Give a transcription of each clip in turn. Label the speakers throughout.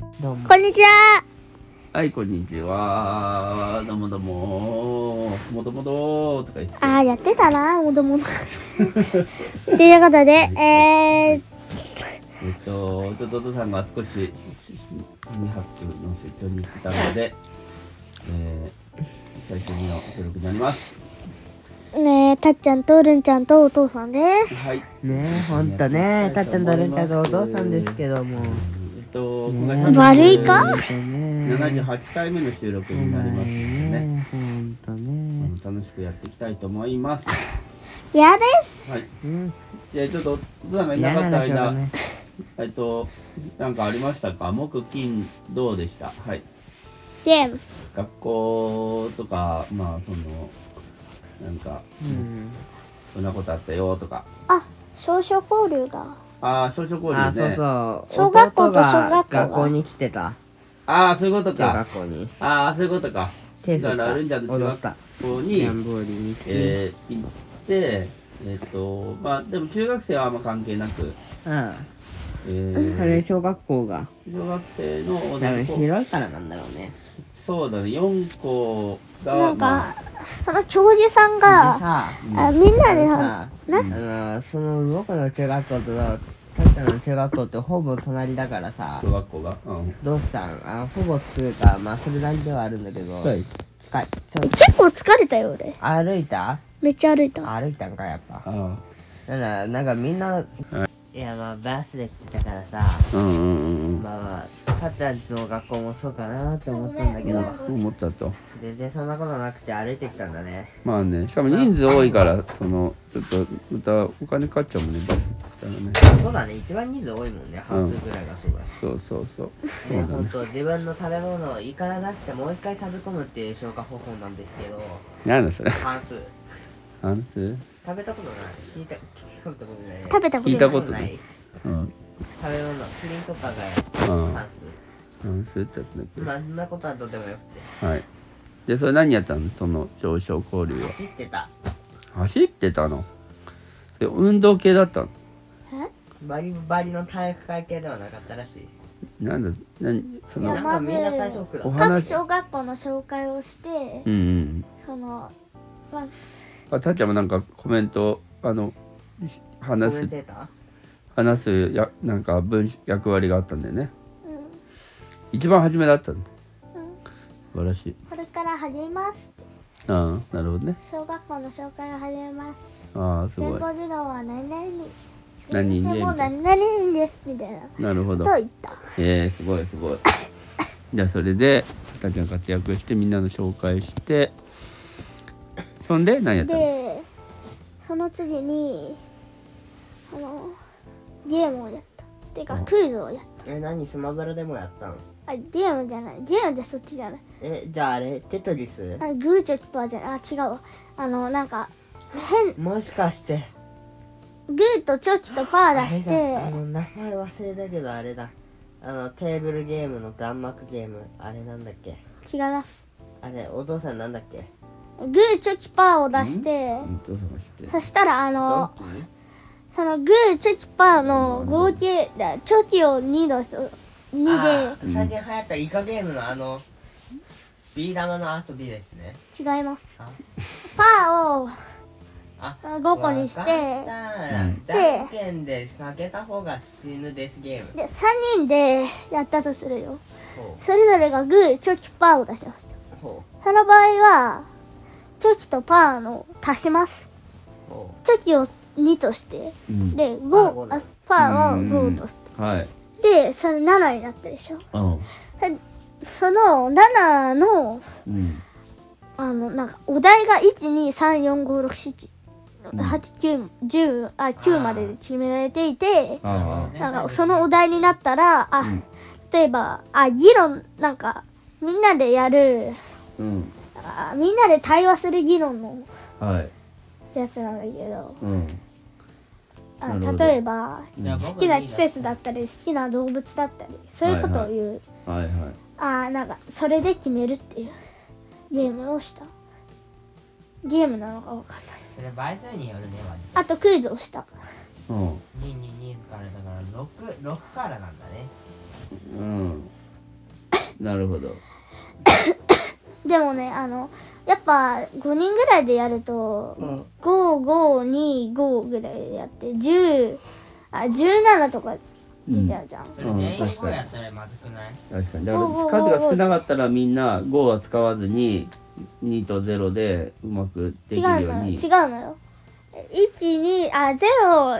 Speaker 1: にちは。
Speaker 2: はい、こんにちは。どうもどうも。もともととか言って。
Speaker 1: ああ、やってたな、もともと。ということで、えー、
Speaker 2: えっと、弟さんが少し2泊の出張にしてたので、えー、最初の収録になります。
Speaker 1: ねえ、たっちゃんとるんちゃんとお父さんです。
Speaker 2: はい。
Speaker 3: ねえ、ほんとね、たっちゃんとるんちゃんとお父さんですけども。
Speaker 2: えっと、
Speaker 3: ね
Speaker 2: 9月
Speaker 1: 悪いか
Speaker 3: ね
Speaker 2: 78回目の収録
Speaker 3: え
Speaker 2: になりますのでね、
Speaker 3: ねえ、ほんとね。
Speaker 2: あの楽しくやっていきたいと思います。
Speaker 1: 嫌です。
Speaker 2: はい。
Speaker 3: うん、
Speaker 2: じゃあちょっと、弟さんがいな
Speaker 3: 嫌
Speaker 2: か
Speaker 3: な
Speaker 2: った
Speaker 3: らしょう
Speaker 2: 間、
Speaker 3: がない。
Speaker 2: えっと、なんかありましたか木、金、銅でした。はい。
Speaker 1: ゲーム。
Speaker 2: 学校とか、まあ、その、なんか、
Speaker 3: うん。
Speaker 2: そんなことあったよとか。
Speaker 1: あ、少々交流だ。
Speaker 2: ああ、小食交流ね。
Speaker 3: あ、そうそう。
Speaker 1: 小学校と
Speaker 3: 弟が
Speaker 1: 小学校が
Speaker 3: 学校に来てた。
Speaker 2: ああ、そういうこと
Speaker 3: 中
Speaker 2: か。
Speaker 3: 学校に。
Speaker 2: ああ、そういうことか。
Speaker 3: 手
Speaker 2: だ
Speaker 3: 振っ
Speaker 2: から、
Speaker 3: た。
Speaker 2: ルンちゃんの中
Speaker 3: 踊っ
Speaker 2: 学
Speaker 3: た。
Speaker 2: 校
Speaker 3: ジャン
Speaker 2: に、
Speaker 3: ボーリーに来て。
Speaker 2: えー、行って、えっと、まあ、でも中学生はあんま関係なく、え
Speaker 3: うん。それ、
Speaker 2: ー、
Speaker 3: 小学校が。
Speaker 2: 小学生の
Speaker 3: 多
Speaker 2: 同
Speaker 3: 分
Speaker 2: じ子、
Speaker 3: 広いからなんだろうね。
Speaker 2: そうだね、4校が、
Speaker 1: なん
Speaker 2: ま
Speaker 1: か、その教授さんが、
Speaker 3: さ
Speaker 1: あみんなでさ、
Speaker 3: さ、あ
Speaker 1: な
Speaker 3: のその僕の中学校とタッタの中学校ってほぼ隣だから
Speaker 2: あ、
Speaker 3: さ
Speaker 2: 小学校が、うん。
Speaker 3: どうしたんあほぼつうかまあそれなりではあるんだけど
Speaker 2: はい
Speaker 3: 近いちょ
Speaker 1: 結構疲れたよ、俺。
Speaker 3: 歩いた
Speaker 1: めっちゃ歩いた。
Speaker 3: 歩いたんかやっぱ
Speaker 2: あ
Speaker 3: なんだなんかみんな、いやまあバスで来てたからさ
Speaker 2: あ、うんうんうんうん。
Speaker 3: まあタッタの学校もそうかなと思ったんだけど
Speaker 2: 思ったと。
Speaker 3: 全然そんなことなくて歩いてきたんだね
Speaker 2: まあね、しかも人数多いから、その、ちょっと、またお金かかっちゃうもんね、バスって言ったらね。
Speaker 3: そうだね一番人数多いもんね半数ぐらいがそうだし
Speaker 2: そうそうそう。そう
Speaker 3: ね、
Speaker 2: だ
Speaker 3: 本
Speaker 2: ね。
Speaker 3: 当自分の食べ物を胃から出してもう一回食べ込むっていう消化方法なんですけど
Speaker 2: なんだそれ。
Speaker 3: 半数
Speaker 2: 半数
Speaker 3: 食べたことない聞いた聞いたことない
Speaker 1: 食べたこと
Speaker 2: 聞い
Speaker 1: な
Speaker 2: た
Speaker 1: い。
Speaker 2: ことない。うん。
Speaker 3: 食べ物キリンとかが
Speaker 2: うん
Speaker 3: 半数
Speaker 2: 半数ってやつだっけど。
Speaker 3: まあそんなことはどうでもよく
Speaker 2: はい。で、それ何やったのその、上昇交流
Speaker 3: て
Speaker 2: は。
Speaker 3: 走ってた
Speaker 2: 走ってたのそれ運動系だったの
Speaker 3: バリバリの体育会系ではなかったらしい
Speaker 2: なんだ、何、そ
Speaker 3: なん
Speaker 2: の、
Speaker 3: かみんな体操服だ
Speaker 2: お
Speaker 3: った
Speaker 1: 各
Speaker 2: 話。
Speaker 1: 小学校の紹介をして
Speaker 2: う、んうん。
Speaker 1: その、まあ
Speaker 2: あ、たっちゃんもなんかコメント、あの、
Speaker 3: コ
Speaker 2: 話
Speaker 3: メン
Speaker 2: す、
Speaker 3: テーター
Speaker 2: 話すや、なんか分、役割があったんだよね。
Speaker 1: うん、
Speaker 2: 一番初めだったの
Speaker 1: ん
Speaker 2: 素晴らしい
Speaker 1: これから始めます。
Speaker 2: ああなるほどね
Speaker 1: 小学校の紹介を始めます。
Speaker 2: ああす
Speaker 1: 全
Speaker 2: ごい
Speaker 1: 校児童は何々に。
Speaker 2: 何人で
Speaker 1: もう何々人ですみたいな。
Speaker 2: なるほど
Speaker 1: そう言った。
Speaker 2: ええすごいすごいじゃあそれでたちゃん活躍してみんなの紹介してそんで何やったの
Speaker 1: で、その次に、あの、ゲームをやった。ていうか、クイズをやっ
Speaker 3: え何スマブラでもやったん
Speaker 1: た。あ、ゲームじゃない。ゲームってそっちじゃない。
Speaker 3: えじゃああれテトリス
Speaker 1: あのグーチョキパーじゃない。あ、違うわ。あの、なんか、変、
Speaker 3: もしかして
Speaker 1: グーとチョキとパ
Speaker 3: あ
Speaker 1: ー出
Speaker 3: れ
Speaker 1: して、
Speaker 3: だあの名前忘れたけどあれだあのテーブルゲームの弾幕ゲームあれなんだっけ
Speaker 1: 違います。
Speaker 3: あれお父さんなんだっけ
Speaker 1: グーチョキパーを出して、
Speaker 2: うんどう探して
Speaker 1: そしたら、あ
Speaker 3: ドン
Speaker 1: の、
Speaker 3: キー
Speaker 1: そのグー、チョキ、パーの合計、だチョキを2度と、2
Speaker 3: あー最近流行ったイカゲームのあのビー玉の遊びですね
Speaker 1: で違います。
Speaker 3: あ
Speaker 1: パーを
Speaker 3: あ
Speaker 1: 5個にして、
Speaker 3: わか
Speaker 1: で、
Speaker 3: った
Speaker 2: うん
Speaker 3: じゃんけんで負けた方が死ぬですゲーム
Speaker 1: 3人でやったとするよ。
Speaker 3: ほ
Speaker 1: それぞれがグー、チョキ、パーを出しました。
Speaker 3: うほ
Speaker 1: その場合は、チョキとパーの足します。
Speaker 3: うほ
Speaker 1: チョキを2として、
Speaker 2: うん
Speaker 1: で、5、
Speaker 3: パー
Speaker 1: あ
Speaker 3: を
Speaker 1: パーを5として。
Speaker 2: はい
Speaker 1: で、それ7になったでしょ。
Speaker 2: うん
Speaker 1: その7の、
Speaker 2: うん
Speaker 1: あの、なんか、お題が1,2,3,4,5,6,7,8,9,10あ9までで決められていて、
Speaker 2: あ
Speaker 3: う
Speaker 1: なんか、そのお題になったら、あ、例えば、あ、議論、なんか、みんなでやる、
Speaker 2: あうん
Speaker 1: あみんなで対話する議論の
Speaker 2: はい
Speaker 1: やつなんだけど、
Speaker 2: うん
Speaker 1: あ
Speaker 2: なるほど
Speaker 1: 例えば、
Speaker 3: じゃあ僕
Speaker 1: 好きな季節だったり、好きな動物だったり、そういうことを言う。
Speaker 2: はいはい
Speaker 1: あーなんかそれで決めるっていうゲームをしたゲームなのかわかんない
Speaker 3: それ倍数によるね
Speaker 1: あとクイズをした
Speaker 2: うん
Speaker 3: 222からだから 6, 6からなんだね
Speaker 2: うんなるほど
Speaker 1: でもねあのやっぱ5人ぐらいでやると、
Speaker 3: うん
Speaker 1: 5525ぐらいでやって10あ17とか出ちゃうじゃん、
Speaker 4: それ全員声やったらまずくない
Speaker 2: 確かにだから数が少なかったらみんな5は使わずに2と0でうまくで
Speaker 1: 違
Speaker 2: き
Speaker 1: う
Speaker 2: るよ
Speaker 1: のよ違
Speaker 2: うに
Speaker 1: うのよ12あゼロ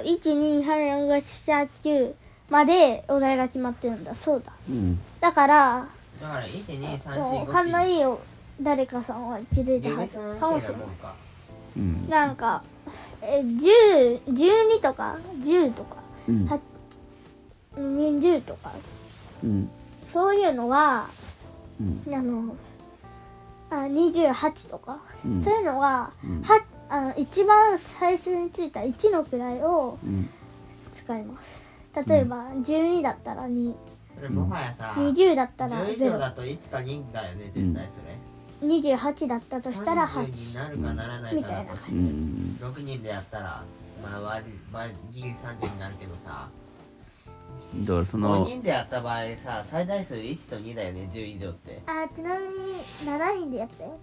Speaker 1: 012345678までお題が決まってるんだそうだ
Speaker 2: うん
Speaker 1: だから
Speaker 4: だから1、2、3、4、
Speaker 1: も
Speaker 4: 5
Speaker 1: う勘のいいよ誰かさんは自力
Speaker 4: レ
Speaker 1: で
Speaker 4: ビ
Speaker 1: 走
Speaker 4: さん
Speaker 1: る
Speaker 4: み
Speaker 1: か
Speaker 4: た
Speaker 1: も
Speaker 4: い
Speaker 1: し
Speaker 4: な
Speaker 1: れない
Speaker 4: もんか
Speaker 2: うん
Speaker 1: なんかえ10 12とか10とか
Speaker 2: うん
Speaker 1: は20とか
Speaker 2: うん
Speaker 1: そういうのは
Speaker 2: うん
Speaker 1: あのあ28とか、
Speaker 2: うん
Speaker 1: そういうのは,、
Speaker 2: うん
Speaker 1: はあの一番最初についた1の位を
Speaker 2: うん
Speaker 1: 使います例えば、12だったら2
Speaker 4: それもはやさ、
Speaker 1: 20だったら
Speaker 4: 10以上だ
Speaker 1: 028
Speaker 4: と1か2だよね、絶対それ。
Speaker 1: だったとしたら
Speaker 4: 30に
Speaker 1: 8
Speaker 4: なるかならないかだ
Speaker 1: みたいな
Speaker 4: とし
Speaker 2: うんうん
Speaker 4: 6人でやったら、まあ、割り割りギリ30になるけどさ、
Speaker 2: だからそ
Speaker 4: 5
Speaker 2: の
Speaker 4: 人でやった場合さ、最大数1と2だよね、10以上って。
Speaker 1: あちなみに7人でやったよ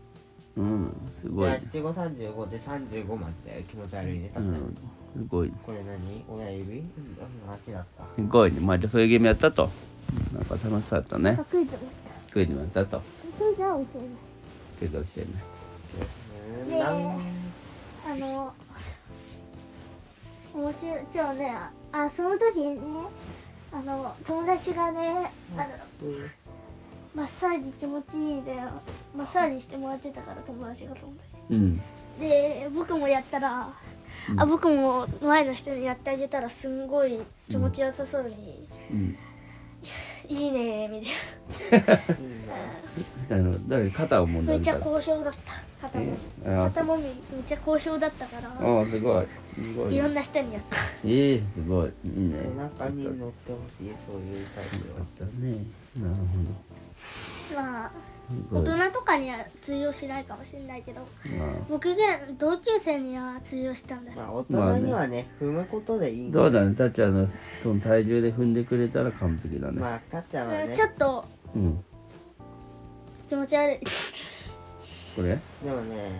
Speaker 2: うんす
Speaker 4: じ
Speaker 2: ごい
Speaker 4: ゃあ、七五三十五で三十五までだよ。気持ち悪いね。た
Speaker 2: う
Speaker 4: っちゃん
Speaker 2: んすごい
Speaker 4: これ何親指うん、足だった。
Speaker 2: すごいねまあじゃあそういうゲームやったとなんか楽しかったね
Speaker 1: 得意と思っ
Speaker 2: クイズもやったと
Speaker 1: た得意じゃ教えない
Speaker 2: クイズ教えない
Speaker 1: ねえ
Speaker 4: なん
Speaker 1: あの面白い今日ねあその時ねあの友達がねあのマッサージ気持ちいいみたいなマッサージしてもらってたから友達が友達
Speaker 2: うん
Speaker 1: で僕もやったら、あ僕も前の人にやってあげたらすんごい気持ちよさそうに
Speaker 2: うん
Speaker 1: 「いいね」みたい
Speaker 2: なるほどだから肩をもん
Speaker 1: なめ
Speaker 2: だ
Speaker 1: っ
Speaker 2: り
Speaker 1: ちゃ
Speaker 2: から
Speaker 1: 交渉だった肩も
Speaker 2: えーあ
Speaker 1: 肩もみめっちゃ交渉だったから
Speaker 2: ああすごいすごい
Speaker 1: いろん
Speaker 2: ね
Speaker 1: な人にやった
Speaker 2: ええすごいいいね
Speaker 3: 背中に乗ってほしいそういうタイプ
Speaker 2: あ
Speaker 3: は
Speaker 2: ったねなる
Speaker 1: まあ
Speaker 2: ほ
Speaker 1: 大
Speaker 2: どすごい
Speaker 1: 人とかには通用しないかもしれないけど
Speaker 2: まあ
Speaker 1: 僕ぐらいの同級生には通用したんだよ
Speaker 3: まあ大人にはね踏むことでいいんだ
Speaker 2: どうだね、たっちゃんのその体重で踏んでくれたら完璧だね。
Speaker 3: まあたっちゃんはね
Speaker 1: ちょっと
Speaker 2: うん。
Speaker 1: 気持ち悪い
Speaker 2: これ
Speaker 3: でもね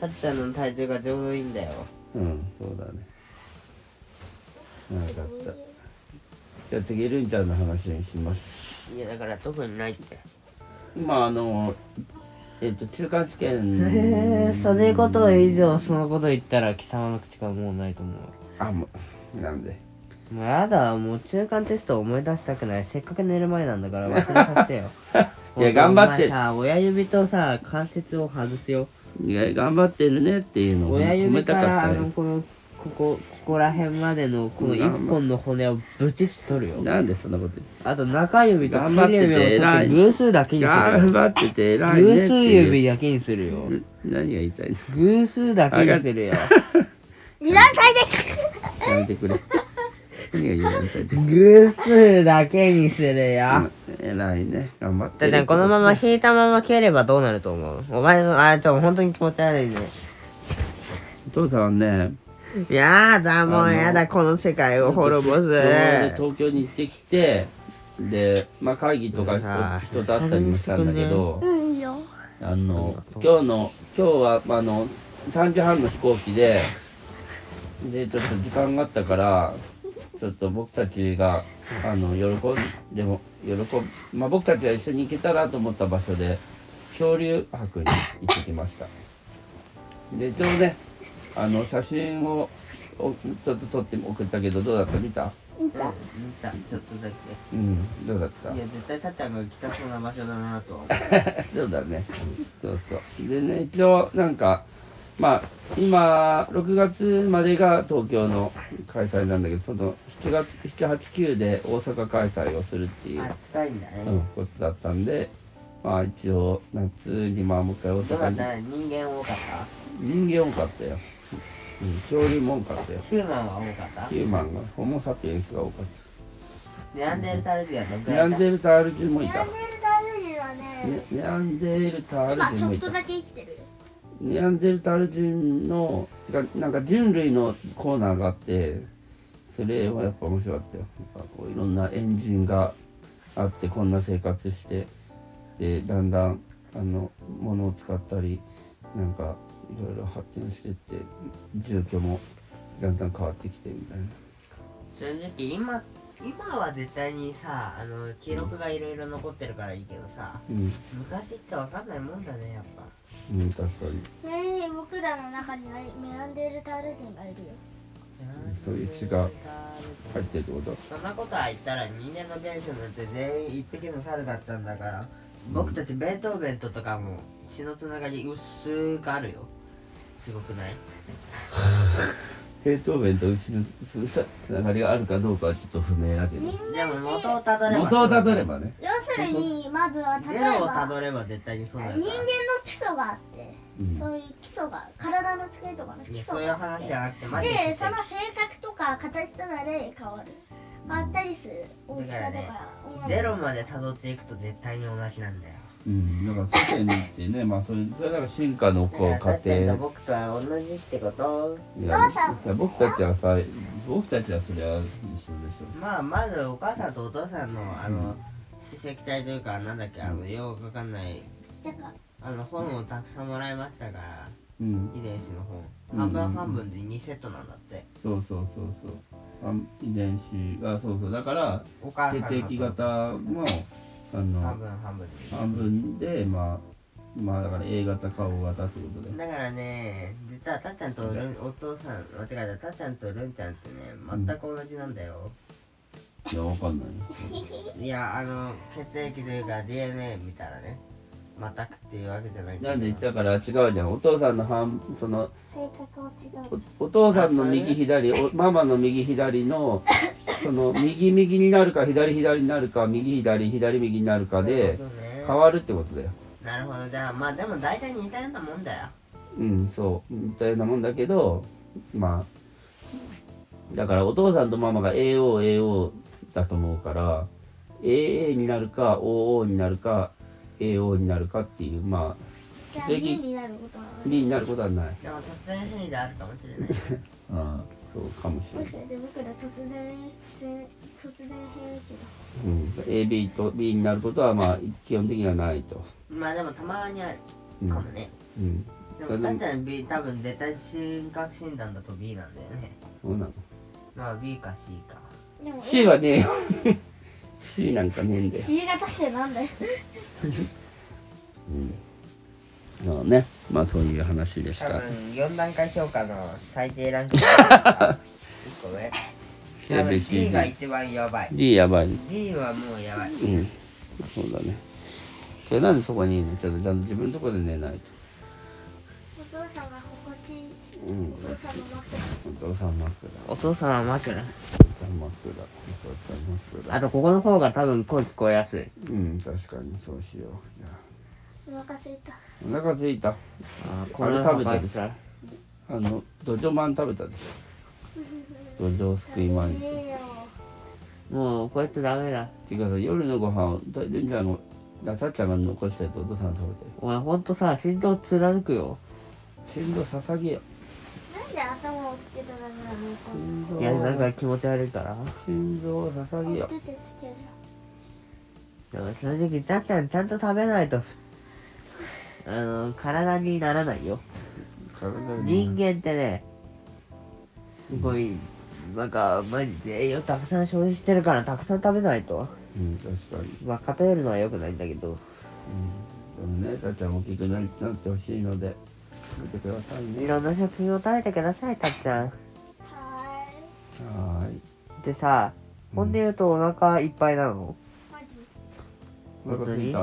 Speaker 3: たっちゃんの体重がちょうどいいんだよ
Speaker 2: うん、そうだね。なかった。じゃあ次、るんちゃんの話にします。
Speaker 3: いやだから特にないって
Speaker 2: 今、あの、えっと、中間試
Speaker 3: え
Speaker 2: 験。
Speaker 3: ー、それこと以上そのこと言ったら貴様の口からもうないと思う
Speaker 2: あ、もう、なんで。
Speaker 3: もうやだもう中間テストを思い出したくないせっかく寝る前なんだから忘れさ せてよ
Speaker 2: いや頑張って
Speaker 3: お前さ親指とさ関節を外すよ
Speaker 2: いや、頑張ってるねっていうのを
Speaker 3: 親
Speaker 2: 褒め
Speaker 3: 指
Speaker 2: た
Speaker 3: から
Speaker 2: か
Speaker 3: あ
Speaker 2: った
Speaker 3: の
Speaker 2: よ。
Speaker 3: このここここら辺までのこの一本の骨をブチッと取るよ
Speaker 2: なんでそんなこと言っ
Speaker 3: あと中指と薬指を
Speaker 2: 頑張ってて偉い
Speaker 3: 取って偶数だ
Speaker 2: て
Speaker 3: けにする
Speaker 2: 頑
Speaker 3: よ
Speaker 2: 張ってて偉いね
Speaker 3: 偶
Speaker 2: って
Speaker 3: 数
Speaker 2: いう。
Speaker 3: 指だけにするよ
Speaker 2: 何が言いたいの
Speaker 3: 偶数だけにするよ
Speaker 1: 二段階です
Speaker 2: やめて くれ。何が言いたいの
Speaker 3: 偶数だけにするよ
Speaker 2: 偉いね頑張って
Speaker 3: だ
Speaker 2: る
Speaker 3: ってこのまま引いたまま蹴ればどうなると思うお前のあちょ本当に気持ち悪いね
Speaker 2: お父さんはね
Speaker 3: やだも
Speaker 2: あの
Speaker 3: うやだこの世界を滅ぼす
Speaker 2: 東京に行ってきてでまあ会議と
Speaker 3: うわ
Speaker 2: か人と会ったりもしたんだけど
Speaker 1: うんいいよ
Speaker 2: あの
Speaker 3: ありがと
Speaker 2: 今
Speaker 3: う
Speaker 2: 日の今日はまああの3時半の飛行機ででちょっと時間があったからちょっと僕たちがあの喜んでも喜んまあ僕たちが一緒に行けたらと思った場所で恐竜博に行ってきましたでちょうどねあの写真をおちょっと撮って送ったけどどうだった見た
Speaker 1: 見た
Speaker 4: 見た、ちょっとだけ。
Speaker 2: うんどうだった
Speaker 4: いや、絶対たっちゃんが来たそうな場所だなとは思う。
Speaker 2: そうだね。そうそう。でね、一応、なんか、まあ、今、6月までが東京の開催なんだけど、その、7月、7、8、9で大阪開催をするっていう、
Speaker 4: あ、近いんだ
Speaker 2: う
Speaker 4: ね。
Speaker 2: ん、ことだったんで、まあ、一応、夏に、まあ、もう一回大
Speaker 4: どうだった
Speaker 2: 阪に、
Speaker 4: 人間多かっ
Speaker 2: 人間多かったよ。うん、恐竜も多かったよ
Speaker 4: た。ヒューマンは多かった
Speaker 2: ヒューマンが、ホモ・サピエンスが多かっ
Speaker 4: ネアンデルタル人はどん
Speaker 2: た。
Speaker 4: く
Speaker 2: ネ
Speaker 4: ら
Speaker 2: ア
Speaker 4: い
Speaker 2: ン
Speaker 4: だ
Speaker 2: デルタール人もい
Speaker 1: ニャ
Speaker 2: た
Speaker 1: ン。デルダル人はね
Speaker 2: ネネアンデルター
Speaker 1: 今ち
Speaker 2: ル人
Speaker 1: ょ
Speaker 2: も
Speaker 1: っ
Speaker 2: いた
Speaker 1: と。だけ生きてる
Speaker 2: ネアンデルタール人のがなんか人類のコーナーがあってそれはやっぱ面白かったよなんかこういろんなエンジンがあってこんな生活してでだんだんあの物を使ったりなんかいろいろ発展してって住居もだんだん変わってきてみたいな。
Speaker 3: 正直今今は絶対にさあの記録がいろいろ残ってるからいいけどさ
Speaker 2: うん、
Speaker 3: 昔ってわかんないもんだねやっぱ
Speaker 2: うん、確かに
Speaker 1: ねえ僕らの中にはメランデルタール人がいるよ
Speaker 2: そういう血が入ってるってこと
Speaker 3: そんなことは言ったら人間の現象なんて全員一匹の猿だったんだから僕たちベートーベンととかも血のつながり薄くあるよすごくない
Speaker 2: ベートーベンとうちのつながりがあるかどうかはちょっと不明だけ
Speaker 1: みん
Speaker 2: ど
Speaker 3: で
Speaker 1: な
Speaker 3: も
Speaker 1: っ
Speaker 3: 元
Speaker 1: て
Speaker 3: をたどれば
Speaker 2: 元をたどれ
Speaker 3: ば
Speaker 2: ばね、
Speaker 1: 要するにまずは例
Speaker 3: ゼ
Speaker 1: え
Speaker 3: ロをた
Speaker 1: ば
Speaker 3: どれば絶対にそう
Speaker 1: 人
Speaker 3: な
Speaker 1: 間
Speaker 3: る
Speaker 1: の
Speaker 3: から
Speaker 1: 基礎があって、
Speaker 2: うん
Speaker 1: そういう基礎が体の作りとかの基
Speaker 3: いや
Speaker 1: 礎
Speaker 3: そういう
Speaker 1: があっ
Speaker 3: 話
Speaker 1: て
Speaker 3: じゃなくてマジ
Speaker 1: で
Speaker 3: で
Speaker 1: その性格とか形とかで変わる変わったりする美味しさとか音
Speaker 3: ゼ
Speaker 1: 楽
Speaker 3: ロまでたどっていくと絶対に同じなんだよ
Speaker 2: うん、だから世間ってね、まあそれそれだから進化のこう過程
Speaker 3: だから僕とは同じってこと
Speaker 2: い
Speaker 1: お
Speaker 2: や
Speaker 1: 父さん
Speaker 2: いや僕たちはさ僕たちはそれは一緒でしょ
Speaker 3: まあまずお母さんとお父さんのあの歯石体というかなんだっけあのよくわかんない
Speaker 1: ちっちゃか
Speaker 3: あの本をたくさんもらいましたから
Speaker 2: うん
Speaker 3: 遺伝子の本
Speaker 2: うん
Speaker 3: 半分半分で2セットなんだって
Speaker 2: そうそうそうそうあ遺伝子がそうそうだから
Speaker 3: お母さんの
Speaker 2: 血液型もあ
Speaker 3: 半
Speaker 2: の
Speaker 3: 分半分で
Speaker 2: 半分でまあまあだから A 型か O 型ってことで
Speaker 3: だからね実はたっちゃんとるんお父さん間違えたたっちゃんとるんちゃんってね全く同じなんだよ、
Speaker 2: いやわかんない
Speaker 3: いやあの血液というか DNA 見たらね全くっていうわけじゃない
Speaker 2: なんで言ったから違うじゃんお父さんの半その
Speaker 1: 性格は違う
Speaker 2: おお父さんの右左おママの右左のその右右になるか左左になるか右左左右になるかで
Speaker 3: そういうことね
Speaker 2: 変わるってことだよ
Speaker 3: なるほどじゃあまあでも大体似たようなもんだよ
Speaker 2: うんそうみたいなもんだけどまあだからお父さんとママが AOAO だと思うから AA になるか OO になるか AO になるかっていうまあ
Speaker 1: じゃあ
Speaker 2: ぜひ
Speaker 1: B になることはない
Speaker 2: B になることはない
Speaker 3: でも突然変異であるかもし れない
Speaker 2: ああそうかもしれ
Speaker 1: も
Speaker 2: な
Speaker 1: し
Speaker 2: い、
Speaker 1: かして僕ら突然突突然変異種が
Speaker 2: うん、AB と B になることはまあ基本的にはないと、
Speaker 3: まあでもたまにある
Speaker 2: うん
Speaker 3: かもね、
Speaker 2: うん、
Speaker 3: でもたっちゃん B 多分絶対神格診断だと B なんだよね
Speaker 2: そうなの
Speaker 3: まあ B か C か
Speaker 1: でも
Speaker 2: C はね えよ C なんかねえんだよ
Speaker 1: C 型ってなんだよ
Speaker 2: そうねまあそういう話でし
Speaker 3: 多
Speaker 2: た
Speaker 3: 分4段階評価の最低ランキング1個上多分 C が一番やばい
Speaker 2: D やばい
Speaker 3: D はもうやばい
Speaker 2: うんそうだねそれなんでそこにいるのちょっとちゃんと自分のとこで寝ないと
Speaker 1: お父さんが心地いい
Speaker 2: うん
Speaker 1: お父さんの枕
Speaker 2: お父さんマックだ
Speaker 3: お父さんは枕
Speaker 2: お父さんマックだお父さんマックだ
Speaker 3: あとここの方が多分声聞こえやすい
Speaker 2: うん確かにそうしようじゃあ
Speaker 1: お腹すいた
Speaker 2: お腹空いた
Speaker 3: あ
Speaker 2: この中入ってあのドジョマン食べたでしょドジョウすくいマン
Speaker 1: ねえよ
Speaker 3: もうこいつダメだ
Speaker 2: ていうかさ夜のご飯をだレンジャーのあたっちゃんが残したやつお父さん食べて
Speaker 3: お前ほんとさ心臓貫くよ
Speaker 2: 心臓捧げよ
Speaker 1: なんで頭をつけたらなのか
Speaker 2: 心臓
Speaker 3: いやなんか気持ち悪いから
Speaker 2: 心臓を捧げよ
Speaker 1: 出てつける
Speaker 3: でも正直たっちゃんちゃんと食べないとふあの体にならないよ
Speaker 2: 体に
Speaker 3: 人間ってねすごいなんかマジで栄養たくさん消費してるからたくさん食べないと
Speaker 2: うん確かに
Speaker 3: まあ偏るのは良くないんだけど
Speaker 2: うんでもね、たっちゃんも大きくななってほしいので、見てください
Speaker 3: い
Speaker 2: ね。
Speaker 3: ろんな食品を食べてくださいたっちゃん
Speaker 1: はーい
Speaker 2: はーい。
Speaker 3: でさほんで言うとお腹いっぱいなの、
Speaker 1: マジです
Speaker 2: お腹すいた。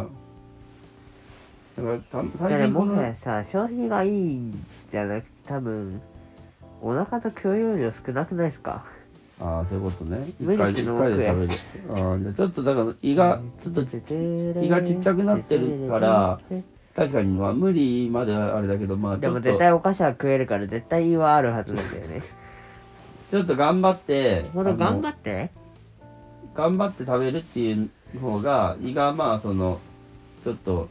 Speaker 2: だから、た
Speaker 3: じゃあね
Speaker 2: 最近こ
Speaker 3: も
Speaker 2: の、
Speaker 3: はやさ消費がいいんじゃなく多分お腹と許容量少なくないですか
Speaker 2: ああ、そういうことね。
Speaker 3: 無
Speaker 2: 一
Speaker 3: 理
Speaker 2: 回、
Speaker 3: して
Speaker 2: 一
Speaker 3: 飲
Speaker 2: 回で食
Speaker 3: む
Speaker 2: べる。ああ、じゃあちょっとだから、胃が、ちょっと、胃がちっちゃくなってるから確かに、まあ、無理まではあれだけど、まあ、ち
Speaker 3: で
Speaker 2: ょ
Speaker 3: も
Speaker 2: っと
Speaker 3: 絶、対お菓子は食えるから絶対胃はあるはずなんだよね
Speaker 2: ちょっと頑張って、
Speaker 3: ほら頑張
Speaker 2: って。
Speaker 3: って
Speaker 2: 頑張って食べるっていう方が、胃が、まあ、その、ちょっと、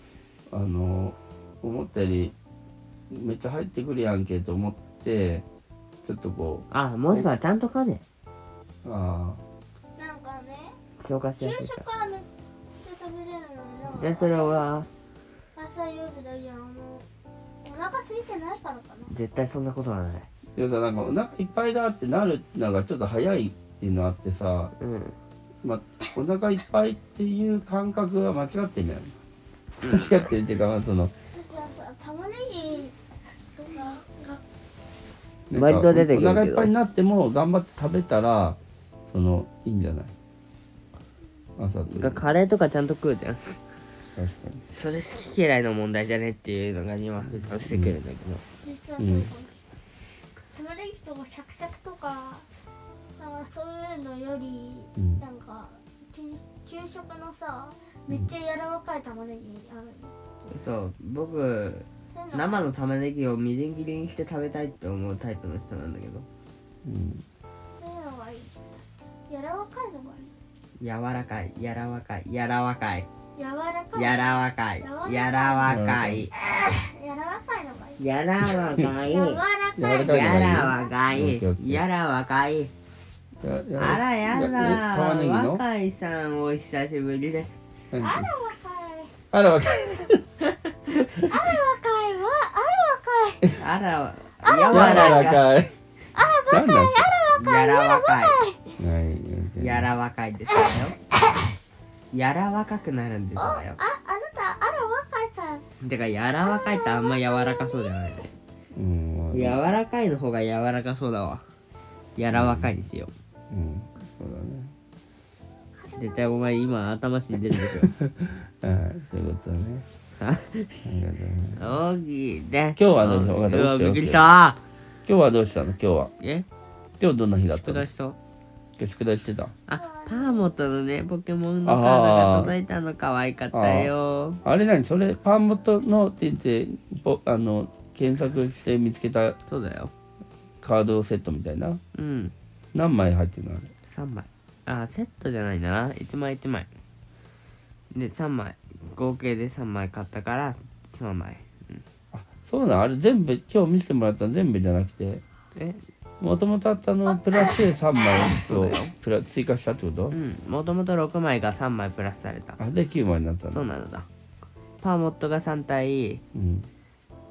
Speaker 2: あの、思ったより、めっちゃ入ってくるやんけと思って、ちょっとこう、
Speaker 3: あもしくはちゃんとかね
Speaker 2: あ
Speaker 1: なんかね
Speaker 3: 消化し
Speaker 1: 給
Speaker 3: やすい
Speaker 1: 食
Speaker 3: から
Speaker 1: はね
Speaker 5: でそれは
Speaker 1: 朝4時だいやあのお腹空いてないからかな
Speaker 5: 絶対そんなことはない
Speaker 2: でもさなんかお腹いっぱいだってなるのがちょっと早いっていうのあってさ、
Speaker 5: うん
Speaker 2: まあ、お腹いっぱいっていう感覚は間違ってんじゃない間違ってるっていうか、まあ、その
Speaker 1: だからさ玉ねぎとかが
Speaker 2: なんか
Speaker 5: 割と出てくるけど
Speaker 2: お腹いっぱいになっても頑張って食べたらそのいいんじゃない朝という
Speaker 5: がカレーとかちゃんと食うじゃん
Speaker 2: 確か
Speaker 5: それ好き嫌いの問題じゃねっていうのが今浮上してくるんだけど、
Speaker 1: 実は
Speaker 2: う
Speaker 1: そうんかもしれない玉ねぎとかシャクシャクとかなんかそういうのより、
Speaker 2: うん
Speaker 1: なんか給給食のさめっちゃ柔らかい玉ねぎある
Speaker 3: そう僕
Speaker 1: そういうの
Speaker 3: 生の玉ねぎをみじん切りにして食べたいって思うタイプの人なんだけど
Speaker 2: に、うん、
Speaker 1: そういうのがいい柔らかいのがいい
Speaker 3: 柔らかい柔らかい柔らかい
Speaker 1: 柔らかい
Speaker 3: 柔らかい柔らかい
Speaker 1: 柔らかいのがいい
Speaker 3: 柔らかい
Speaker 1: 柔らかい
Speaker 2: 柔らかい
Speaker 3: やらわかい
Speaker 2: オッケーオッケー
Speaker 3: や
Speaker 2: やや
Speaker 3: らわかいあらや
Speaker 2: え玉ねぎ
Speaker 3: だ
Speaker 2: の
Speaker 3: 若いさんお久しぶりです
Speaker 2: 何
Speaker 1: あら若い
Speaker 2: あらわか
Speaker 1: あら若いわあら若い
Speaker 3: あら
Speaker 2: 柔
Speaker 3: やわら
Speaker 2: ら
Speaker 3: か
Speaker 2: かいあらわ
Speaker 3: いやらわか
Speaker 2: いはい
Speaker 3: いやらわかいですよやらわかくなるんですよ
Speaker 1: ああなたあら若いさん
Speaker 3: てかやらわかいってあんま柔らかそうじゃないね
Speaker 2: うん
Speaker 3: 柔らかいの方が柔らかそうだわ柔らかいにしよう
Speaker 2: うんそう
Speaker 3: 絶対お前今頭死んでるでし
Speaker 2: だねはいそういうことだね
Speaker 3: ょあ
Speaker 2: ありがとうね
Speaker 3: 大きいで
Speaker 2: 今日はどうしよう
Speaker 3: う
Speaker 2: わかった
Speaker 3: わびっくりした
Speaker 2: 今日はどうしたの今日は
Speaker 3: え
Speaker 2: 今日どんな日だった
Speaker 3: 宿
Speaker 2: の
Speaker 3: 題
Speaker 2: 今
Speaker 3: した
Speaker 2: 日宿題してた
Speaker 3: あパーモットのねポケモンのカードが届いたの可愛かったよ
Speaker 2: あれ何それパンモトのって言ってぼあの検索して見つけた
Speaker 3: そうだよ
Speaker 2: カードセットみたいな
Speaker 3: うん
Speaker 2: 何枚入ってるのあれ
Speaker 3: 3枚あセットじゃないんだな1枚1枚で3枚合計で3枚買ったから3枚
Speaker 2: あそうなんあれ全部今日見せてもらったの全部じゃなくて
Speaker 3: え
Speaker 2: もともとあったのプラスで3枚
Speaker 3: そ
Speaker 2: を
Speaker 3: うだよ
Speaker 2: プラ追加したってこと、
Speaker 3: うんもともと6枚が3枚プラスされた
Speaker 2: あで9枚になったの
Speaker 3: そうなのだパーモットが3体
Speaker 2: うん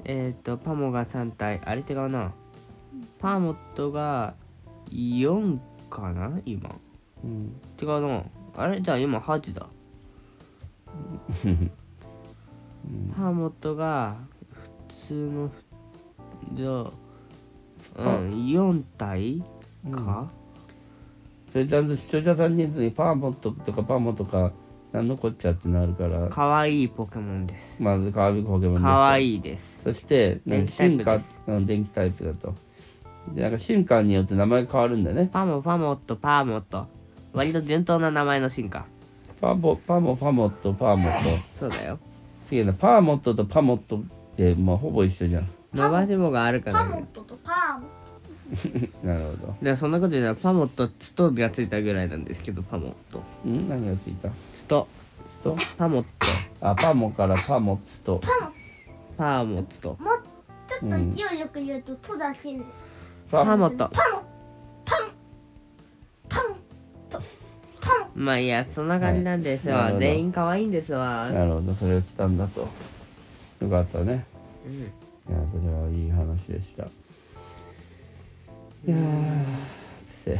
Speaker 3: えっ、ー、とパモが3体あれ違うなパーモットが4かな今
Speaker 2: うん
Speaker 3: 違うなあれじゃあ今8だハーモットが普通のじゃあうん4体か、
Speaker 2: それちゃんと視聴者さんに言うとにパーモットとかパーモとか何のこっちゃってなるから
Speaker 3: かわいいポケモンです
Speaker 2: まずカービィポケモンです
Speaker 3: かわいいです
Speaker 2: そして、なんか
Speaker 3: 電気タイ
Speaker 2: 進
Speaker 3: プ
Speaker 2: 化
Speaker 3: で
Speaker 2: うん電気タイプだと。で、なんか進化によって名前が変わるんだよね。
Speaker 3: パモパモットパーモット割と順当な名前の進化
Speaker 2: パボ、パモ、パモット、パーモット。
Speaker 3: そうだよ
Speaker 2: すげえな、パーモットとパモットって、まあ、ほぼ一緒じゃん。
Speaker 3: 伸ばし棒があるか
Speaker 1: パ
Speaker 3: ら
Speaker 1: モッ
Speaker 3: ね
Speaker 1: トとパーモ
Speaker 2: なるほ
Speaker 3: でそんなこと言ったらパモットツトがついたぐらいなんですけどパモット
Speaker 2: ど。ん何がついた
Speaker 3: ツト
Speaker 2: スト
Speaker 3: パモット
Speaker 2: あ、パモからパモッツと、
Speaker 3: パーモッツト
Speaker 1: もうちょっと勢いよく言うと「と」だけで
Speaker 3: パ
Speaker 2: パ
Speaker 3: ーモット
Speaker 1: パンパンパンとパン
Speaker 3: まあいいやそんな感じなんです
Speaker 2: はいなるほ
Speaker 3: わ
Speaker 2: ど
Speaker 3: 全員可愛いんですわ
Speaker 2: なるほど、それを着たんだと。よかったね。
Speaker 3: うん
Speaker 2: いや、それはいい話でした。いや ー、せ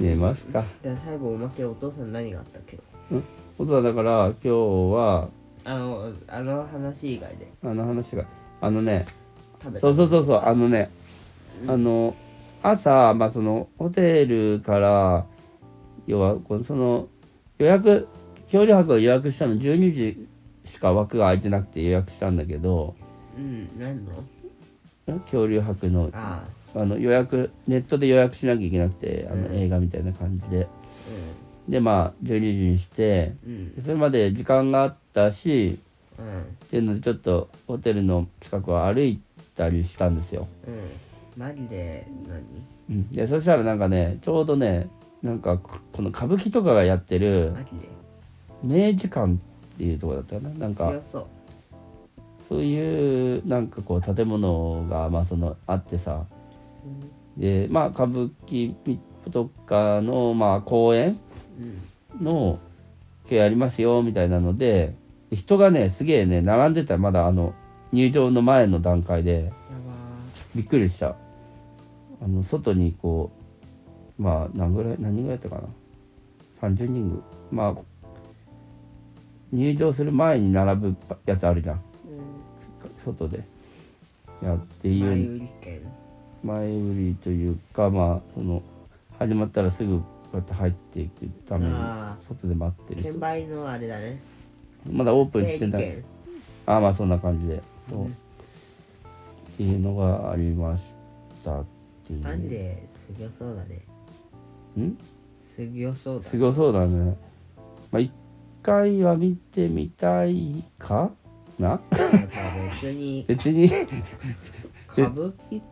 Speaker 2: 寝ますか。
Speaker 3: じゃあ最後おまけお父さん何があったっけ
Speaker 2: お父さんだから、今日は、
Speaker 3: あのあの話以外で
Speaker 2: あの話があのね
Speaker 3: 食べた
Speaker 2: そうそうそうそうあのねあの朝、まあ、そのホテルから要はこのその予約恐竜博を予約したの12時しか枠が空いてなくて予約したんだけど
Speaker 3: うん何の
Speaker 2: ん恐竜博の
Speaker 3: あ
Speaker 2: あの予約ネットで予約しなきゃいけなくてあ
Speaker 3: う
Speaker 2: の
Speaker 3: ん
Speaker 2: 映画みたいな感じででまあ12時にして
Speaker 3: うんうん
Speaker 2: それまで時間があったし
Speaker 3: うん
Speaker 2: っていうのでちょっとホテルの近くを歩いたりしたんですよ。
Speaker 3: うんマジで
Speaker 2: うんでそしたらなんかねちょうどねなんかここの歌舞伎とかがやってる
Speaker 3: 何マジで
Speaker 2: 明治館っていうとこだったかななんか
Speaker 3: 強そう
Speaker 2: そういうなんかこう建物がまあそのあってさでまあ歌舞伎とかのまあ公演
Speaker 3: うん
Speaker 2: の今日やりますよみたいなので人がねすげえね並んでたまだあの入場の前の段階でびっくりしたあの外にこうまあ何ぐらい何人ぐらいやったかな30人ぐまあ入場する前に並ぶやつあるじゃん外でやってい
Speaker 3: 前
Speaker 2: う
Speaker 3: 売り券
Speaker 2: 前売りというかまあその始まったらすぐこうやって入っていくために
Speaker 3: あ
Speaker 2: 外で待ってる人
Speaker 3: 券売のあれだね
Speaker 2: まだオープン
Speaker 3: 整
Speaker 2: して
Speaker 3: 理
Speaker 2: ない
Speaker 3: 券
Speaker 2: あまあそんな感じでそうっていうのがありましたっていう
Speaker 3: なんですごそうだね
Speaker 2: ん
Speaker 3: すごそうだ
Speaker 2: すごそうだねまあ一回は見てみたいかな
Speaker 3: だから別に
Speaker 2: 別 に
Speaker 3: 歌舞伎っ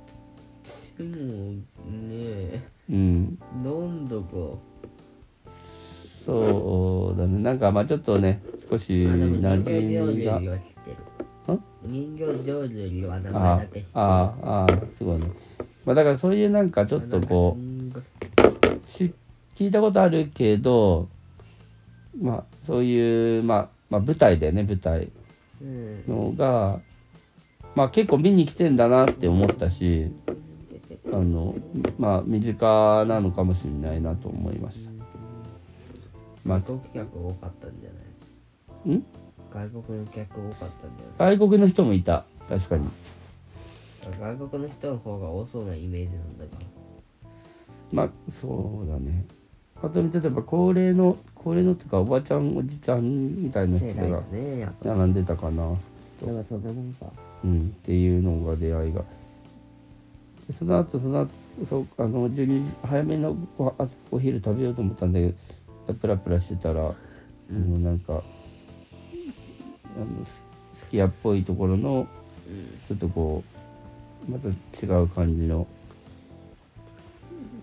Speaker 3: つってもね
Speaker 2: うん
Speaker 3: 何度か
Speaker 2: そうだねなんかまあちょっとね少し
Speaker 3: あでも人
Speaker 2: 馴
Speaker 3: 形浄
Speaker 2: 染み
Speaker 3: 瑠
Speaker 2: が
Speaker 3: 璃は知ってる
Speaker 2: ん
Speaker 3: 人形浄瑠璃は名前
Speaker 2: あ
Speaker 3: だけ知ってる
Speaker 2: あああすごいねまあだからそういうなんかちょっとこうし聞いたことあるけどまあそういう、まあ、まあ舞台だよね舞台
Speaker 3: ううん
Speaker 2: のがまあ結構見に来てんだなって思ったしあのまあ身近なのかもしれないなと思いましたまあ
Speaker 3: 外国客多かったんじゃない
Speaker 2: ん
Speaker 3: 外国の客多かったんじ
Speaker 2: 外国の人もいた確かに
Speaker 3: ゃない外国の人の方が多そうなイメージなんだが
Speaker 2: まあそうだねあと例えば高齢の高齢のっていうかおばちゃんおじちゃんみたいな人
Speaker 3: 世代だ
Speaker 2: が
Speaker 3: ねやっぱ
Speaker 2: 並んでたかな
Speaker 3: だからとてもさ
Speaker 2: うん、っていうのが出会いがでその後その後そうあの12時早めのごあお昼食べようと思ったんだけどプラプラしてたら、もうなんかあのすすき家っぽいところのちょっとこうまた違う感じの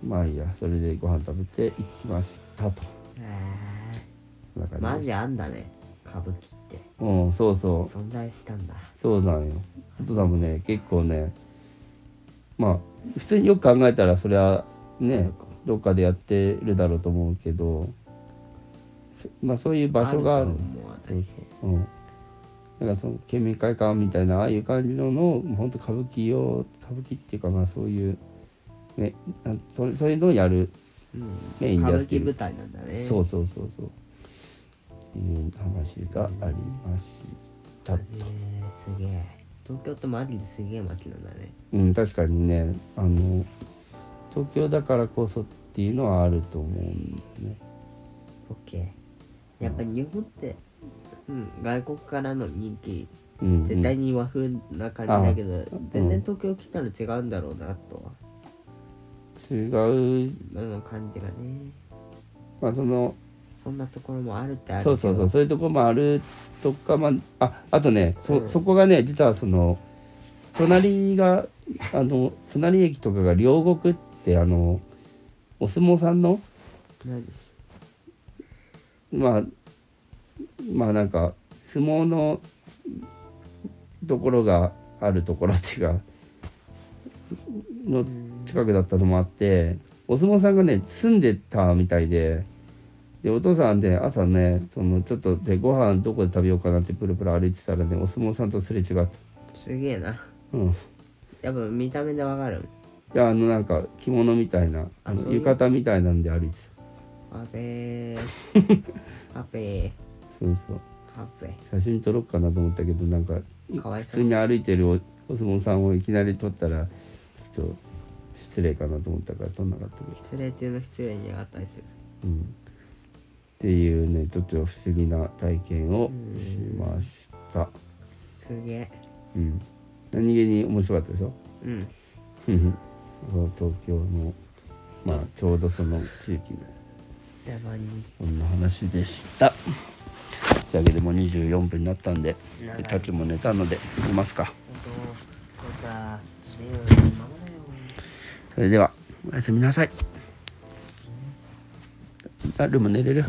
Speaker 2: まあいいやそれでご飯食べて行きましたと。こんな感じ
Speaker 3: マジあんだね歌舞伎って
Speaker 2: うん、そうそう
Speaker 3: 存在したんだ
Speaker 2: そうなんよ。お父さんもね、結構ね、まあ、普通によく考えたら、それはね、どっかでやってるだろうと思うけど、そまあ、そういう場所がある。
Speaker 3: と思わ
Speaker 2: そ
Speaker 3: な
Speaker 2: う
Speaker 3: い
Speaker 2: そう。うん。だから、その、県民会館みたいな、ああいう感じのの、本当歌舞伎用、歌舞伎っていうか、まあ、そういう、ね、なんそうそういうのをやる、
Speaker 3: うん
Speaker 2: メイン
Speaker 3: 歌
Speaker 2: でやっ
Speaker 3: 舞
Speaker 2: て
Speaker 3: 伎
Speaker 2: る
Speaker 3: 舞。台なんだね
Speaker 2: そうそうそうそう。っていう話がありました
Speaker 3: へ。ーすげえ東京ってマジですげえ街なんだね
Speaker 2: うん、確かにねあの東京だからこそっていうのはあると思うんだよね
Speaker 3: オッケーやっぱ日本って、うん、外国からの人気
Speaker 2: うんうん、
Speaker 3: 絶対に和風な感じだけど、全然東京来たら違うんだろうなとは
Speaker 2: 違う、
Speaker 3: あの感じがね
Speaker 2: まあ、その
Speaker 3: そんなところもあるってあるけ
Speaker 2: そ
Speaker 3: ど
Speaker 2: うそうそうそういうとこもあるとかまあああとねそ,、
Speaker 3: うん
Speaker 2: そこがね実はその隣があの隣駅とかが両国ってあのお相撲さんの
Speaker 3: 何
Speaker 2: まあまあなんか相撲のところがあるところっていうかの近くだったのもあってお相撲さんがね住んでたみたいででお父さんで朝ねそのちょっとでご飯どこで食べようかなってプルプル歩いてたらねお相撲さんとすれ違った。
Speaker 3: すげえな
Speaker 2: うん
Speaker 3: やっぱ見た目でわかる
Speaker 2: いやあのなんか着物みたいな
Speaker 3: あ
Speaker 2: あの
Speaker 3: そういう
Speaker 2: 浴衣みたいなんで歩いてた
Speaker 3: アべーアべー
Speaker 2: そうそう
Speaker 3: アべ
Speaker 2: 写真撮ろうかなと思ったけどなんか
Speaker 3: かわい
Speaker 2: 普
Speaker 3: そう
Speaker 2: 通に歩いてるおお相撲さんをいきなり撮ったらちょっと失礼かなと思ったから撮んなかったけど、
Speaker 3: 失礼中の失礼にあったりする
Speaker 2: うん、っていうねちょっと不思議な体験をしました、
Speaker 3: すげえ
Speaker 2: うん、何気に面白かったでしょ
Speaker 3: うん
Speaker 2: ふふそう 東京のまあちょうどその地域の
Speaker 3: じゃあまあに
Speaker 2: そんな話でしたというわけでもう24分になったんで
Speaker 4: 長い
Speaker 2: たちも寝たので寝ますか
Speaker 4: そうかねえ守れよ
Speaker 2: それではおやすみなさいあルーム寝れる